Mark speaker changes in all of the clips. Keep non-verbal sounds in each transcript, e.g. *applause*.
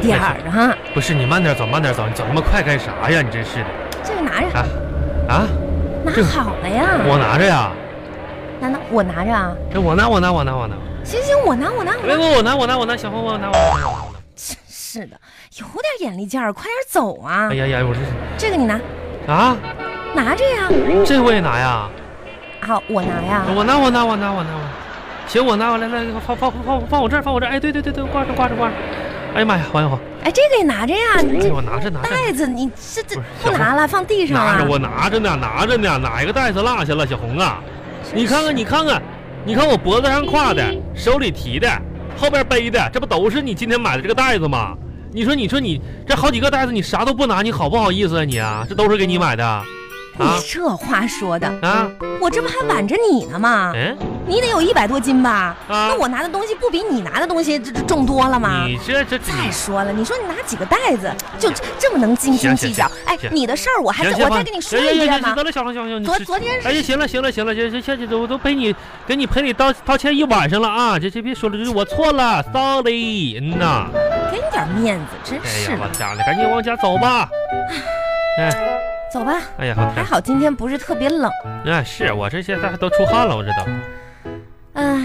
Speaker 1: 点儿啊！
Speaker 2: 不是你慢点走，慢点走，你走那么快干啥呀？你真是的
Speaker 1: 这个拿着，
Speaker 2: 啊啊！
Speaker 1: 拿好了呀。
Speaker 2: 我拿着呀，
Speaker 1: 难道我拿着啊？
Speaker 2: 这我拿我拿我拿我拿，
Speaker 1: 行行，我拿，我拿，我
Speaker 2: 别
Speaker 1: 拿。
Speaker 2: 不我拿我拿我拿，小红我拿我拿我拿我拿。
Speaker 1: 真是的，有点眼力劲儿，快点走啊！
Speaker 2: 哎呀呀，我这
Speaker 1: 这个你拿，
Speaker 2: 啊，
Speaker 1: 拿着呀。
Speaker 2: 这我也拿呀，
Speaker 1: 啊，我拿呀。
Speaker 2: 我拿我拿我拿我拿我，行我拿我来来放放放放我这儿放我这儿，哎对对对对，挂着挂着挂着，哎呀妈呀，黄小红，
Speaker 1: 哎，这个也拿着呀。你
Speaker 2: 哎
Speaker 1: 这
Speaker 2: 我拿着拿着。
Speaker 1: 袋子，你这这
Speaker 2: 不是
Speaker 1: 不
Speaker 2: 小
Speaker 1: 拿
Speaker 2: 红
Speaker 1: 了，放地上啊
Speaker 2: 拿着
Speaker 1: 了。
Speaker 2: 我拿着呢，拿着呢，哪一个袋子落下了？小红啊，你看看你看看，你看我脖子上挎的，手里提的，后边背的，这不都是你今天买的这个袋子吗？你说你说你这好几个袋子，你啥都不拿，你好不好意思啊你啊？这都是给你买的，啊
Speaker 1: 你这话说的，
Speaker 2: 啊
Speaker 1: 我这不还挽着你呢吗？
Speaker 2: 嗯
Speaker 1: 你得有一百多斤吧？
Speaker 2: 啊
Speaker 1: 那我拿的东西不比你拿的东西这这重多了吗？
Speaker 2: 你这这
Speaker 1: 再
Speaker 2: 你
Speaker 1: 说了，你说你拿几个袋子，就这这么能斤斤
Speaker 2: 行
Speaker 1: 计
Speaker 2: 行
Speaker 1: 较？哎，
Speaker 2: 行
Speaker 1: 你的事儿我还
Speaker 2: 行
Speaker 1: 是
Speaker 2: 行
Speaker 1: 我
Speaker 2: 吧
Speaker 1: 再跟你说
Speaker 2: 行
Speaker 1: 一
Speaker 2: 行
Speaker 1: 遍
Speaker 2: 行
Speaker 1: 嘛
Speaker 2: 行。得了，小红小红，你
Speaker 1: 昨
Speaker 2: 是
Speaker 1: 昨天
Speaker 2: 哎
Speaker 1: 是
Speaker 2: 呀，行了行了行了，这这下去我都陪你给你陪你道道歉一晚上了啊！这这别说了，这是我错了，sorry，嗯呐。
Speaker 1: 给你点面子，真
Speaker 2: 哎
Speaker 1: 是
Speaker 2: 呀，我
Speaker 1: 的。
Speaker 2: 天了，赶紧往家走吧。哎，
Speaker 1: 走吧，
Speaker 2: 哎呀，我
Speaker 1: 还
Speaker 2: 天，
Speaker 1: 好今天不是特别冷。
Speaker 2: 哎，是我这现在都出汗了，我这
Speaker 1: 哦
Speaker 2: 都。
Speaker 1: 唉，哎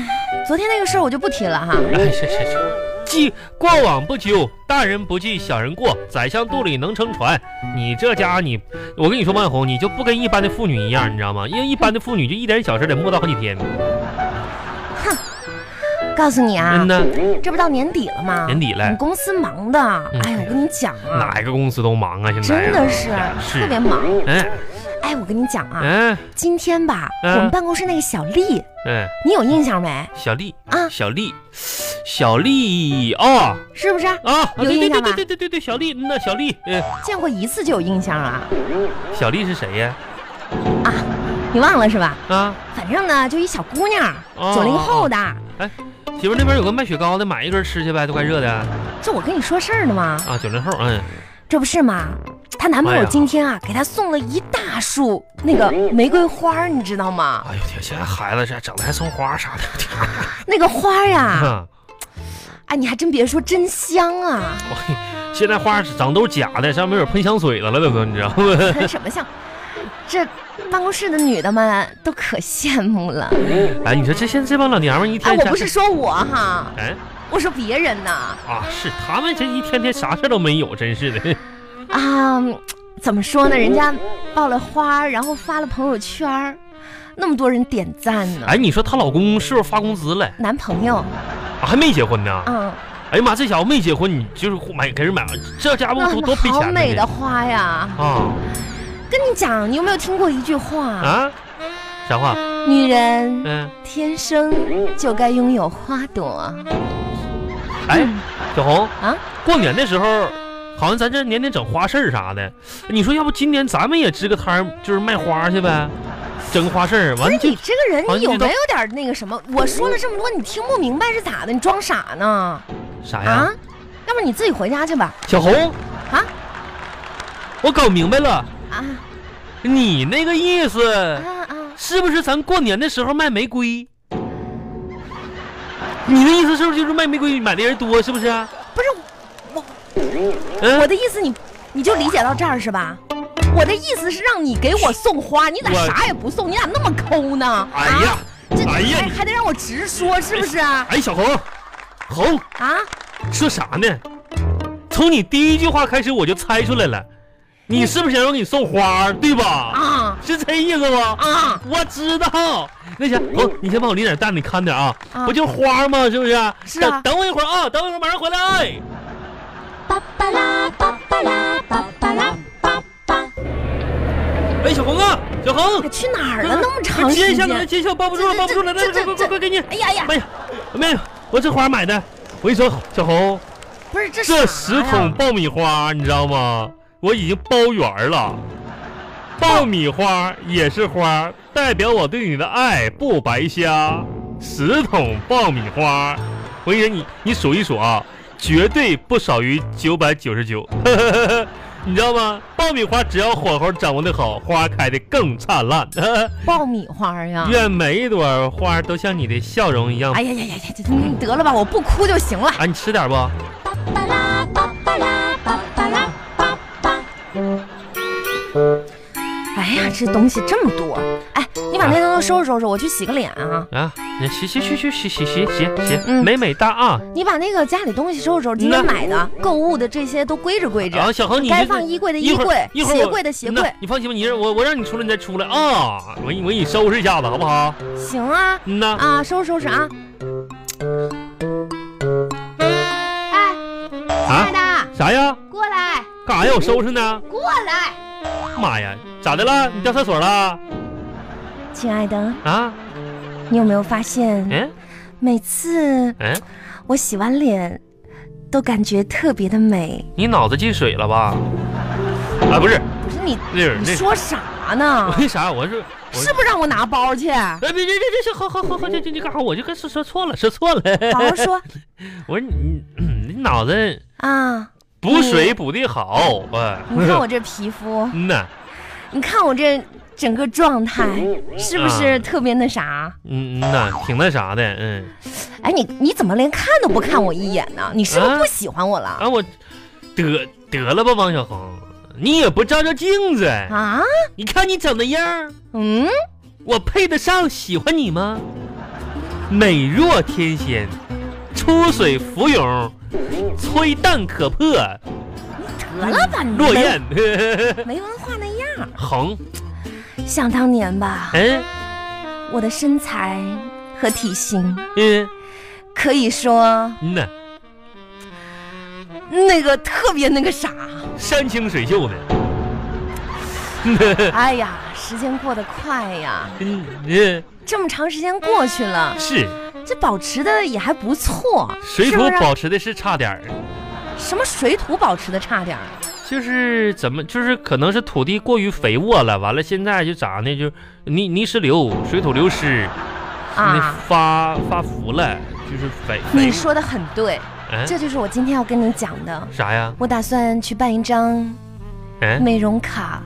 Speaker 1: 昨天那个事儿我就不提了哈。
Speaker 2: 哎，是是是，记过往不咎，大人不计小人过，宰相肚里能撑船。你这家伙你，我跟你说，万红，你就不跟一般的妇女一样，你知道吗？因为一般的妇女就一点小事得磨叨好几天。
Speaker 1: 告诉你啊
Speaker 2: 嗯，呐，
Speaker 1: 这不到年底了吗？
Speaker 2: 年底
Speaker 1: 我
Speaker 2: 了
Speaker 1: 们，公司忙的，
Speaker 2: 嗯
Speaker 1: 哎呀，我跟你讲啊，
Speaker 2: 哪个公司都忙啊，现在
Speaker 1: 真的是
Speaker 2: 是
Speaker 1: 特别忙。
Speaker 2: 嗯
Speaker 1: 哎，我跟你讲啊，
Speaker 2: 嗯
Speaker 1: 今天吧，我
Speaker 2: 嗯
Speaker 1: 们办公室那个小丽，
Speaker 2: 嗯，
Speaker 1: 你有印象没？
Speaker 2: 小丽
Speaker 1: 啊
Speaker 2: 小丽，小丽哦。
Speaker 1: 是不是
Speaker 2: 啊，啊
Speaker 1: 有
Speaker 2: 对
Speaker 1: 印
Speaker 2: 对
Speaker 1: 象
Speaker 2: 对
Speaker 1: 吧
Speaker 2: 对对对对对，小丽，嗯呐，小丽，嗯，
Speaker 1: 见过一次就有印象啊？
Speaker 2: 小丽是谁呀？
Speaker 1: 你忘了是吧？
Speaker 2: 啊，
Speaker 1: 反正呢，就一小姑娘，
Speaker 2: 哦
Speaker 1: 九零后的。
Speaker 2: 媳妇儿那边有个卖雪糕的，买一根吃去呗，都快热的啊，
Speaker 1: 这我跟你说事儿呢吗？
Speaker 2: 九零后，嗯，
Speaker 1: 这不是吗？她男朋
Speaker 2: 哎
Speaker 1: 友
Speaker 2: 呀嗯
Speaker 1: 今天啊，给她送了一大束那个玫瑰花儿，你知道吗？
Speaker 2: 哎呦天，现在孩子这整的还送花啥的，
Speaker 1: 那个花儿呀，
Speaker 2: 啊，
Speaker 1: 哎，你还真别说，真香啊！
Speaker 2: 我现在花长都是假的，上面有喷香水的了都都，你知道吗？ *laughs*
Speaker 1: 什么像，这办公室的女的们都可羡慕
Speaker 2: *laughs*
Speaker 1: 了。
Speaker 2: 哎，你说这现在这帮老娘们儿一天
Speaker 1: 哎，我
Speaker 2: 啥
Speaker 1: 不是
Speaker 2: 事，
Speaker 1: 说我哈，
Speaker 2: 哎
Speaker 1: 我说别人呐。
Speaker 2: 啊，是他们这一天天啥事儿都没有，真是的，
Speaker 1: 啊、嗯怎么说呢？人家爆了花儿，然后发了朋友圈儿，那么多人点赞呢。
Speaker 2: 哎，你说她老公是不是发工资了？啊
Speaker 1: 男朋友，
Speaker 2: 还没结婚呢？
Speaker 1: 嗯，
Speaker 2: 哎呀妈，这小子没结婚，你就是买给人买，这家伙
Speaker 1: 那
Speaker 2: 多多赔
Speaker 1: 啊好
Speaker 2: 钱呢
Speaker 1: 美的花呀！
Speaker 2: 啊
Speaker 1: 跟你讲，你有没有听过一句话？
Speaker 2: 啊，啥话？
Speaker 1: 女人
Speaker 2: 嗯，
Speaker 1: 天生就该拥有花朵。
Speaker 2: 哎，小红
Speaker 1: 啊，
Speaker 2: 过年的时候，好像咱这年年整花市儿啥的，你说要不今年咱们也支个摊儿，就是卖花去呗，整个花市儿，完
Speaker 1: 不
Speaker 2: 了
Speaker 1: 是
Speaker 2: 就
Speaker 1: 你这个人，
Speaker 2: 好像
Speaker 1: 你有
Speaker 2: 遇到
Speaker 1: 没有点那个什么？我说了这么多，你听不明白是咋的？你装傻呢？
Speaker 2: 啥哎呀？
Speaker 1: 啊？要不你自己回家去吧。
Speaker 2: 小红
Speaker 1: 啊，
Speaker 2: 我搞明白了，
Speaker 1: 啊
Speaker 2: 你那个意
Speaker 1: 啊
Speaker 2: 思
Speaker 1: 啊！
Speaker 2: 是不是咱过年的时候卖玫瑰？你的意思是不是就是卖玫瑰买的人多，是不是啊？
Speaker 1: 不是我，
Speaker 2: 嗯
Speaker 1: 我的意思你你就理解到这儿是吧？我的意思是让你给我送花，你咋
Speaker 2: 我
Speaker 1: 啥也不送？你咋那么抠呢？
Speaker 2: 哎呀
Speaker 1: 啊，这
Speaker 2: 哎呀
Speaker 1: 还
Speaker 2: 你
Speaker 1: 还得让我直说是不是啊？
Speaker 2: 哎，小红，红，
Speaker 1: 啊，
Speaker 2: 说啥呢？从你第一句话开始我就猜出来了，你是不是想让我给你送花儿，对吧？
Speaker 1: 啊
Speaker 2: 是这意思吗？
Speaker 1: 啊，嗯
Speaker 2: 我知道。那行，红，你先帮我拎点蛋，你看点啊。
Speaker 1: 啊
Speaker 2: 不就是花儿吗？是不是？
Speaker 1: 是啊
Speaker 2: 等等我一会儿啊，等我一会儿马上回来。哎
Speaker 3: 巴巴拉巴巴拉巴巴拉巴巴。
Speaker 2: 哎，小红啊，小红
Speaker 1: 还，去哪儿了？那么长
Speaker 2: 接
Speaker 1: 时
Speaker 2: 一下来，
Speaker 1: 间？
Speaker 2: 接一下，抱不住了，
Speaker 1: 这
Speaker 2: 抱不住了，来
Speaker 1: 这
Speaker 2: 来，快快
Speaker 1: 这
Speaker 2: 快快，给你。
Speaker 1: 哎呀哎呀，
Speaker 2: 哎呀，没有，我这花儿买的。我跟你说，小红，
Speaker 1: 不是这
Speaker 2: 这
Speaker 1: 啥
Speaker 2: 十
Speaker 1: 呀
Speaker 2: 桶爆米花，你知道吗？我已经包圆儿了。爆米花也是花，代表我对你的爱不白瞎。十桶爆米花，我跟你说，你你数一数啊，绝对不少于九百九十九。 *laughs* 你知道吗？爆米花只要火候掌握的好，花开的更灿烂。
Speaker 1: 爆米花
Speaker 2: *laughs*
Speaker 1: 呀！
Speaker 2: 愿每一朵花都像你的笑容一样。
Speaker 1: 哎呀呀呀呀！这你得了吧，我不哭就行了。
Speaker 2: 啊，你吃点不？
Speaker 3: 巴巴拉巴巴巴拉巴巴拉巴巴。
Speaker 1: 哎呀，这东西这么多，哎，你把那东西收拾收拾，我去洗个脸啊。
Speaker 2: 啊，你洗洗洗洗洗洗洗洗洗，
Speaker 1: 嗯
Speaker 2: 美美哒啊！
Speaker 1: 你把那个家里东西收拾收拾，今天
Speaker 2: 那
Speaker 1: 买的、购物的这些都归置归置。
Speaker 2: 然后小恒，你
Speaker 1: 该
Speaker 2: 这
Speaker 1: 放衣柜的
Speaker 2: 一
Speaker 1: 衣
Speaker 2: 会儿
Speaker 1: 柜，
Speaker 2: 一会儿
Speaker 1: 鞋
Speaker 2: 我
Speaker 1: 柜的鞋
Speaker 2: 那
Speaker 1: 柜。
Speaker 2: 你放心吧，你让我我让你出来你再出来啊！我给你我给你收拾一下子好不好？
Speaker 1: 行啊，
Speaker 2: 嗯呐，
Speaker 1: 啊，收拾收拾啊。哎，亲
Speaker 2: 啊
Speaker 1: 爱的，
Speaker 2: 啥呀？
Speaker 1: 过来，
Speaker 2: 干啥呀？我收拾呢。
Speaker 1: 过来。
Speaker 2: 妈呀，咋的了？你掉厕所了？
Speaker 1: 亲爱的，
Speaker 2: 啊？
Speaker 1: 你有没有发现，
Speaker 2: 嗯
Speaker 1: 每次
Speaker 2: 嗯，
Speaker 1: 我洗完脸，都感觉特别的美？
Speaker 2: 你脑子进水了吧？啊，不是，
Speaker 1: 不是你，
Speaker 2: 那是
Speaker 1: 你
Speaker 2: 那是
Speaker 1: 说啥
Speaker 2: *laughs*
Speaker 1: 呢？
Speaker 2: 为啥？我是我
Speaker 1: 是不是让我拿包
Speaker 2: *laughs*
Speaker 1: 去？好
Speaker 2: 哎，别别别别，行，好好好好，这这这干啥？我就跟说说错了，说错了。
Speaker 1: 好说
Speaker 2: 我说你嗯你你脑子 *laughs*
Speaker 1: 啊！
Speaker 2: 补水补的好，哎，
Speaker 1: 你看我这皮肤，
Speaker 2: *laughs* 嗯呐，
Speaker 1: 你看我这整个状态，是不是
Speaker 2: 啊
Speaker 1: 特别那啥？
Speaker 2: 嗯嗯呐，挺那啥的，嗯
Speaker 1: 哎，你你怎么连看都不看我一眼呢？你是不是不喜欢我了？
Speaker 2: 啊，我得得了吧，王小红，你也不照照镜子，
Speaker 1: 啊？
Speaker 2: 你看你长那样儿，
Speaker 1: 嗯，
Speaker 2: 我配得上喜欢你吗？美若天仙，出水芙蓉，吹弹可破，
Speaker 1: 得了吧你！
Speaker 2: 落雁，
Speaker 1: 没文化那样。
Speaker 2: *laughs* 红，
Speaker 1: 想当年吧，
Speaker 2: 嗯
Speaker 1: 我的身材和体型
Speaker 2: 嗯
Speaker 1: 可以说
Speaker 2: 嗯呐，
Speaker 1: 那个特别那个啥。
Speaker 2: 山清水秀的。
Speaker 1: *laughs* 哎呀，时间过得快呀，
Speaker 2: *laughs* 嗯嗯，
Speaker 1: 这么长时间过去了，
Speaker 2: 是
Speaker 1: 这保持的也还不错。
Speaker 2: 水
Speaker 1: 是
Speaker 2: 土
Speaker 1: 不是
Speaker 2: 保持的是差点儿，
Speaker 1: 什么水土保持的差点儿？啊
Speaker 2: 就是怎么，就是可能是土地过于肥沃了，完了现在就咋呢？就泥泥石流、水土流失，那
Speaker 1: 啊，
Speaker 2: 发发福了，就是肥。
Speaker 1: 你
Speaker 2: 肥
Speaker 1: 说的很对，
Speaker 2: 嗯
Speaker 1: 这就是我今天要跟你讲的。
Speaker 2: 啥呀？
Speaker 1: 我打算去办一张
Speaker 2: 嗯，
Speaker 1: 美容卡，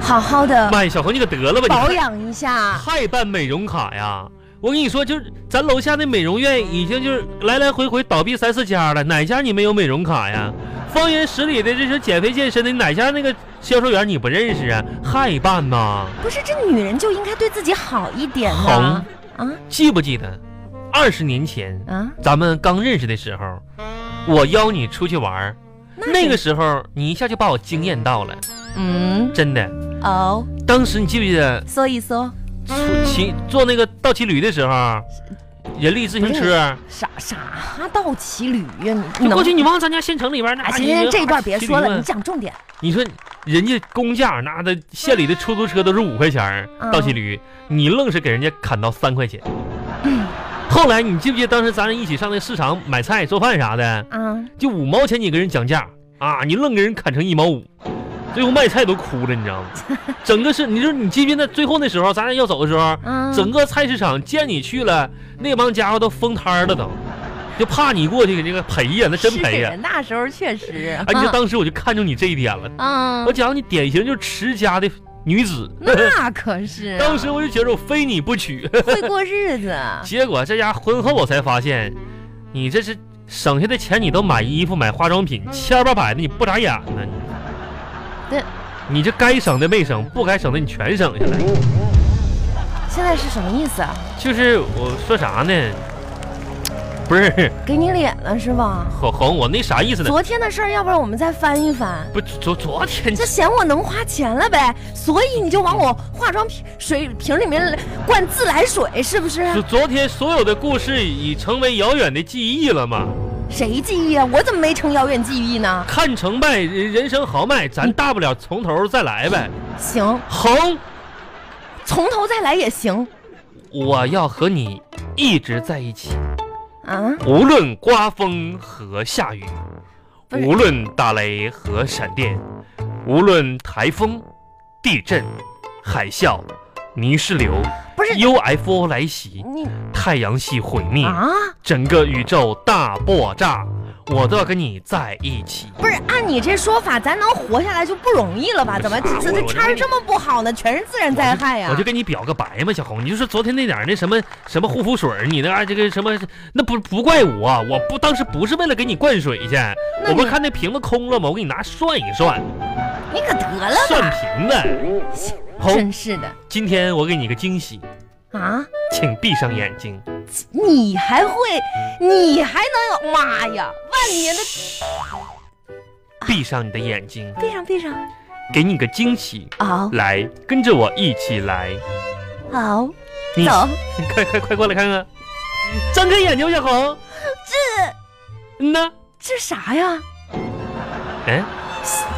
Speaker 1: 好好的
Speaker 2: 妈呀，小红你可得了吧，
Speaker 1: 保
Speaker 2: 你
Speaker 1: 养一下。
Speaker 2: 还办美容卡呀？我跟你说，就是咱楼下那美容院已经就是来来回回倒闭三四家了，哪家你没有美容卡呀？方圆十里的这是减肥健身的，哪家那个销售员你不认识啊？还办呢？
Speaker 1: 不是，这女人就应该对自己好一点
Speaker 2: 好
Speaker 1: 呢。啊
Speaker 2: 记不记得二十年前
Speaker 1: 啊，
Speaker 2: 咱们刚认识的时候，我邀你出去玩儿，那个
Speaker 1: 是
Speaker 2: 时候你一下就把我惊艳到了，
Speaker 1: 嗯
Speaker 2: 真的。
Speaker 1: 哦，
Speaker 2: 当时你记不记得
Speaker 1: 说一说
Speaker 2: 出骑坐那个倒骑驴的时候，人力自行车
Speaker 1: 啥啥倒骑驴
Speaker 2: 就
Speaker 1: 呀？你你能
Speaker 2: 过去，你往咱家县城里边儿那
Speaker 1: 哎，
Speaker 2: 大
Speaker 1: 行
Speaker 2: 驴
Speaker 1: 行
Speaker 2: 子
Speaker 1: 行，这一段别
Speaker 2: 骑
Speaker 1: 说
Speaker 2: 驴
Speaker 1: 了，
Speaker 2: 嘛
Speaker 1: 你讲重点。
Speaker 2: 你说人家公价那的县里的出租车都是五块钱儿
Speaker 1: 嗯
Speaker 2: 倒骑驴，你愣是给人家砍到三块钱。
Speaker 1: 嗯
Speaker 2: 后来你记不记得当时咱一起上那市场买菜做饭啥的，
Speaker 1: 啊，
Speaker 2: 就五毛钱你跟人讲价啊，你愣给人砍成一毛五，最后卖菜都哭了，你知道吗？ *laughs* 整个是，你说你记不记得那最后那时候咱俩要走的时候，
Speaker 1: 啊，
Speaker 2: 整个菜市场见你去了，那帮家伙都封摊儿了都，就怕你过去给这个赔呀，那真
Speaker 1: 是
Speaker 2: 赔
Speaker 1: 给
Speaker 2: 呀！
Speaker 1: 人嗯那时候确实，
Speaker 2: 哎，你就当时我就看中你这一点了，
Speaker 1: 啊，
Speaker 2: 我讲你典型就是持家的女子，
Speaker 1: 那可是
Speaker 2: *laughs* 当时我就觉得我非你不娶，
Speaker 1: 会过日子，
Speaker 2: 结果这家婚后我才发现，你这是省下的钱你都买衣服买化妆品，千八百的你不眨眼呢你。
Speaker 1: 嗯对
Speaker 2: 你这该省的没省，不该省的你全省下来。
Speaker 1: 现在是什么意思啊？
Speaker 2: 就是我说啥呢？不是
Speaker 1: 给你脸了是吧？
Speaker 2: 红红，我那啥意思呢？
Speaker 1: 昨天的事儿，要不然我们再翻一翻。
Speaker 2: 不昨昨天
Speaker 1: 就嫌我能花钱了呗，所以你就往我化妆品水瓶里面灌自来水，是不是？
Speaker 2: 昨昨天所有的故事已成为遥远的记忆了嘛？
Speaker 1: 谁记忆啊？我怎么没成遥远记忆呢？
Speaker 2: 看成败人人生豪迈，咱大不了从头再来呗。
Speaker 1: 行，
Speaker 2: 红，
Speaker 1: 从头再来也行
Speaker 2: 我要和你一直在一起，
Speaker 1: 啊！
Speaker 2: 无论刮风和下雨，
Speaker 1: 不是
Speaker 2: 无论打雷和闪电，无论台风、地震、海啸、泥石流、
Speaker 1: 不是
Speaker 2: UFO 来袭、
Speaker 1: 你
Speaker 2: 太阳系毁灭。
Speaker 1: 啊，
Speaker 2: 整个宇宙大爆炸，我都要跟你在一起。
Speaker 1: 不是，按你这说法，咱能活下来就不容易了吧？怎么
Speaker 2: 不是
Speaker 1: 这
Speaker 2: 哎我
Speaker 1: 这
Speaker 2: 我
Speaker 1: 天儿这么不好呢？全是自然灾害啊呀、
Speaker 2: 我就跟你表个白嘛，小红，你就说昨天那点儿那什么什么护肤水儿，你那啊这个什么，那不不怪我、啊我不当时不是为了给你灌水去，
Speaker 1: 那
Speaker 2: 我不
Speaker 1: 你
Speaker 2: 是看那瓶子空了吗？我给你拿算一算，
Speaker 1: 你可得了
Speaker 2: 算
Speaker 1: 吧，
Speaker 2: 瓶子。红，
Speaker 1: 真是的
Speaker 2: 今天我给你个惊喜，
Speaker 1: 啊！
Speaker 2: 请闭上眼睛。
Speaker 1: 你还会，你还能有？妈呀，万年的
Speaker 2: 闭上你的眼睛，
Speaker 1: 闭上闭上，
Speaker 2: 给你个惊喜，
Speaker 1: 熬
Speaker 2: 来，跟着我一起来。
Speaker 1: 熬
Speaker 2: 你
Speaker 1: 走，
Speaker 2: *laughs* 快快快过来看看，睁开眼睛，小红。这，嗯呐，
Speaker 1: 这啥呀？
Speaker 2: 哎，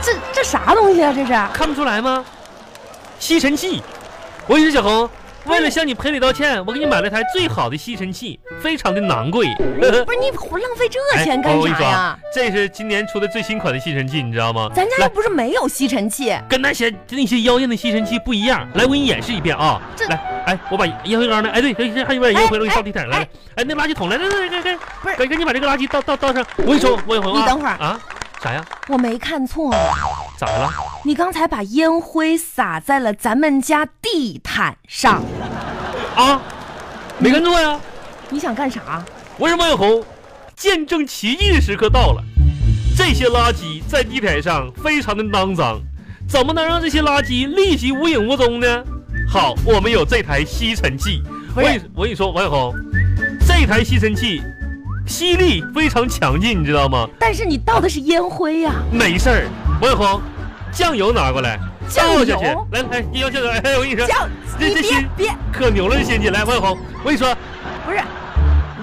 Speaker 1: 这这啥东西啊？
Speaker 2: *laughs*
Speaker 1: 这是
Speaker 2: 看不出来吗？吸尘器，我跟你说，小红，为了向你赔礼道歉，我给你买了台最好的吸尘器，非常的昂贵。
Speaker 1: 不是你浪费这
Speaker 2: 哎
Speaker 1: 钱
Speaker 2: 我
Speaker 1: 干
Speaker 2: 跟你
Speaker 1: 啥
Speaker 2: 说啊
Speaker 1: 呀？
Speaker 2: 这是今年出的最新款的吸尘器，你知道吗？
Speaker 1: 咱家又
Speaker 2: 来，
Speaker 1: 不是没有吸尘器，
Speaker 2: 跟那些那些妖艳的吸尘器不一样。来，我给你演示一遍啊
Speaker 1: 这。
Speaker 2: 来，哎，我把烟灰缸呢，哎对，对，还有点烟灰，
Speaker 1: 哎
Speaker 2: 我给你倒地毯来。
Speaker 1: 哎
Speaker 2: 来哎，那垃圾桶来，来来来来来，
Speaker 1: 不是
Speaker 2: 赶赶紧把这个垃圾倒倒倒上。我跟你说，我一会儿啊
Speaker 1: 你等会儿
Speaker 2: 啊，啥呀？
Speaker 1: 我没看错，
Speaker 2: 咋的了？
Speaker 1: 你刚才把烟灰撒在了咱们家地毯上，
Speaker 2: 啊，没看错呀、
Speaker 1: 你想干啥？
Speaker 2: 我是王小红，见证奇迹的时刻到了。这些垃圾在地毯上非常的肮脏，怎么能让这些垃圾立即无影无踪呢？好，我们有这台吸尘器。
Speaker 1: 不
Speaker 2: 我
Speaker 1: 是
Speaker 2: 跟你我跟你说，王小红，这台吸尘器吸力非常强劲，你知道吗？
Speaker 1: 但是你倒的是烟灰呀、
Speaker 2: 没事儿，王小红，酱油拿过来，
Speaker 1: 酱
Speaker 2: 倒下去
Speaker 1: 油。
Speaker 2: 来来，你要酱油，哎，我跟你说，
Speaker 1: 叫
Speaker 2: 这
Speaker 1: 你
Speaker 2: 这
Speaker 1: 别
Speaker 2: 是
Speaker 1: 别，
Speaker 2: 可牛了这仙气。来，王小红，我跟你说，
Speaker 1: 不是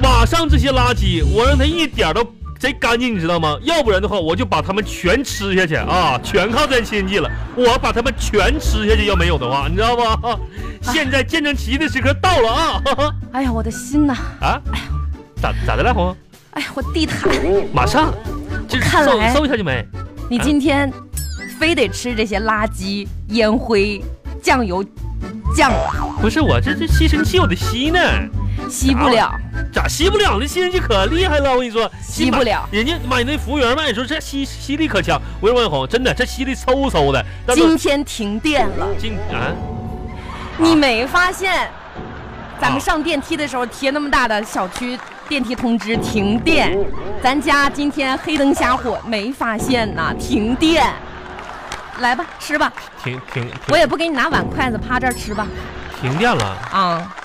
Speaker 2: 马上这些垃圾，我让它一点儿都贼干净，你知道吗？要不然的话，我就把它们全吃下去啊！全靠咱亲戚了，我把它们全吃下去，要没有的话，你知道吗？ *laughs* 啊现在见证奇迹的时刻到了啊！ *laughs* 哈哈
Speaker 1: 哎呀，我的心呐、
Speaker 2: 啊，咋咋的了，红？
Speaker 1: 哎呀，我地毯，
Speaker 2: 马上，这
Speaker 1: 看
Speaker 2: 搜
Speaker 1: 来
Speaker 2: 搜一下去没？
Speaker 1: 你今天非得吃这些垃圾、烟灰、酱油、酱，
Speaker 2: 不是我这这吸尘器我得吸呢，
Speaker 1: 吸不了。
Speaker 2: 咋吸不了呢？吸尘器可厉害了，我跟你说，
Speaker 1: 吸不了。
Speaker 2: 人家买那服务员嘛，你说这吸吸力可强。我说王小红，真的这吸力嗖嗖的。但是
Speaker 1: 今天停电了，
Speaker 2: 进啊。
Speaker 1: 你没发现？咱
Speaker 2: 啊
Speaker 1: 们上电梯的时候贴那么大的小区电梯通知停电，咱家今天黑灯瞎火没发现呐，停电。来吧，吃吧，
Speaker 2: 停停，停
Speaker 1: 我也不给你拿碗筷子，趴这儿吃吧。
Speaker 2: 停电了。
Speaker 1: 啊，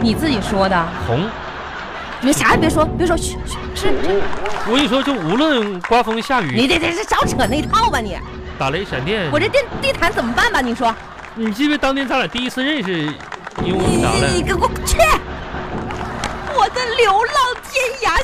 Speaker 1: 你自己说的，
Speaker 2: 红，
Speaker 1: 你们啥也别说，别说，嘘嘘，吃吃，
Speaker 2: 我跟你说，就无论刮风下
Speaker 1: 你
Speaker 2: 雨、
Speaker 1: 这这这少扯那套吧你。
Speaker 2: 打雷闪电，
Speaker 1: 我这电地毯怎么办吧？你说，
Speaker 2: 你记不记得当年咱俩第一次认识，因为我们
Speaker 1: 你
Speaker 2: 啥
Speaker 1: 你
Speaker 2: 了？
Speaker 1: 给我去！我的流浪天涯